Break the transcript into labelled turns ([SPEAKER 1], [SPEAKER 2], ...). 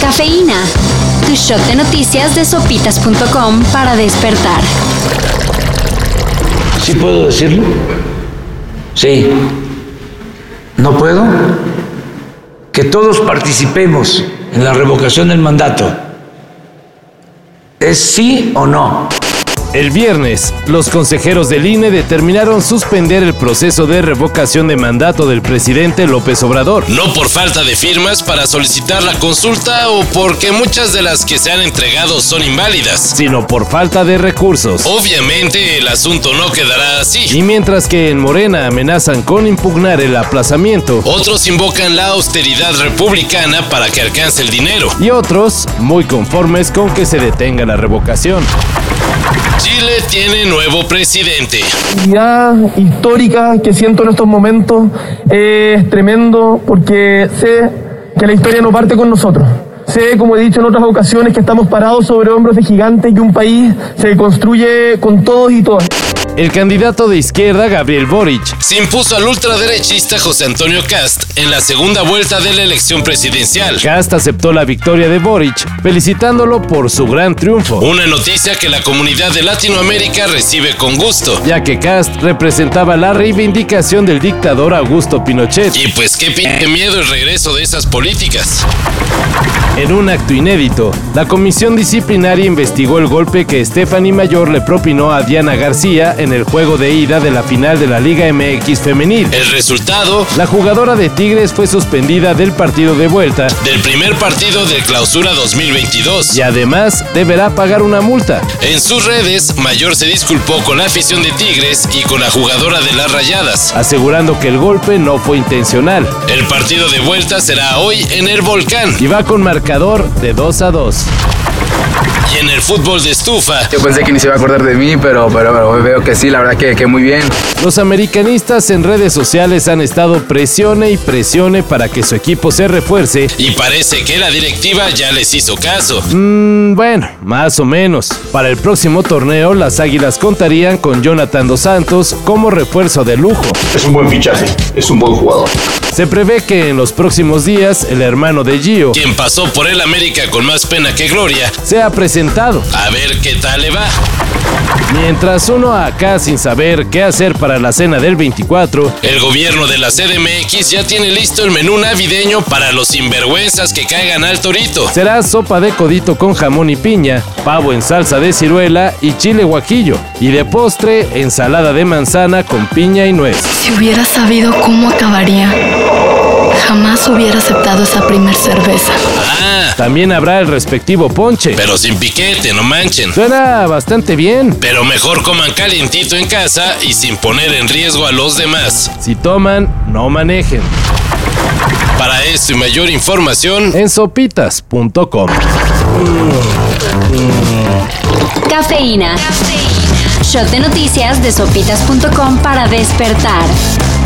[SPEAKER 1] Cafeína. Tu shot de noticias de sopitas.com para despertar.
[SPEAKER 2] ¿Sí puedo decirlo? Sí. ¿No puedo? Que todos participemos en la revocación del mandato. ¿Es sí o no?
[SPEAKER 3] El viernes, los consejeros del INE determinaron suspender el proceso de revocación de mandato del presidente López Obrador. No por falta de firmas para solicitar la consulta o porque muchas de las que se han entregado son inválidas, sino por falta de recursos. Obviamente el asunto no quedará así. Y mientras que en Morena amenazan con impugnar el aplazamiento, otros invocan la austeridad republicana para que alcance el dinero. Y otros, muy conformes con que se detenga la revocación. Chile tiene nuevo presidente.
[SPEAKER 4] La histórica que siento en estos momentos es tremendo porque sé que la historia no parte con nosotros. Sé, como he dicho en otras ocasiones, que estamos parados sobre hombros de gigantes y un país se construye con todos y todas.
[SPEAKER 3] El candidato de izquierda, Gabriel Boric, se impuso al ultraderechista José Antonio Cast en la segunda vuelta de la elección presidencial. Cast aceptó la victoria de Boric, felicitándolo por su gran triunfo. Una noticia que la comunidad de Latinoamérica recibe con gusto, ya que Cast representaba la reivindicación del dictador Augusto Pinochet. Y pues qué, pi- qué miedo el regreso de esas políticas. En un acto inédito, la comisión disciplinaria investigó el golpe que Stephanie Mayor le propinó a Diana García en el juego de ida de la final de la Liga MX femenil. El resultado, la jugadora de Tigres fue suspendida del partido de vuelta del primer partido de Clausura 2022 y además deberá pagar una multa. En sus redes, Mayor se disculpó con la afición de Tigres y con la jugadora de las Rayadas, asegurando que el golpe no fue intencional. El partido de vuelta será hoy en el Volcán y va con marcador de 2 a 2. Y en el fútbol de estufa,
[SPEAKER 5] Yo pensé que ni se iba a acordar de mí, pero, pero, pero veo que sí, la verdad que, que muy bien.
[SPEAKER 3] Los americanistas en redes sociales han estado presione y presione para que su equipo se refuerce. Y parece que la directiva ya les hizo caso. Mm, bueno, más o menos. Para el próximo torneo, las águilas contarían con Jonathan Dos Santos como refuerzo de lujo.
[SPEAKER 6] Es un buen fichaje, es un buen jugador.
[SPEAKER 3] Se prevé que en los próximos días el hermano de Gio, quien pasó por el América con más pena que gloria, sea presentado. A ver qué tal le va. Mientras uno acá sin saber qué hacer para la cena del 24, el gobierno de la CDMX ya tiene listo el menú navideño para los sinvergüenzas que caigan al torito. Será sopa de codito con jamón y piña, pavo en salsa de ciruela y chile guajillo, y de postre ensalada de manzana con piña y nuez.
[SPEAKER 7] Si hubiera sabido cómo acabaría, jamás hubiera aceptado esa primer cerveza.
[SPEAKER 3] También habrá el respectivo ponche. Ah. Pero sin piquete, no manchen. Suena bastante bien. Pero mejor coman calientito en casa y sin poner en riesgo a los demás. Si toman, no manejen. Para esto y mayor información en sopitas.com.
[SPEAKER 1] Cafeína. Shot de noticias de sopitas.com para despertar.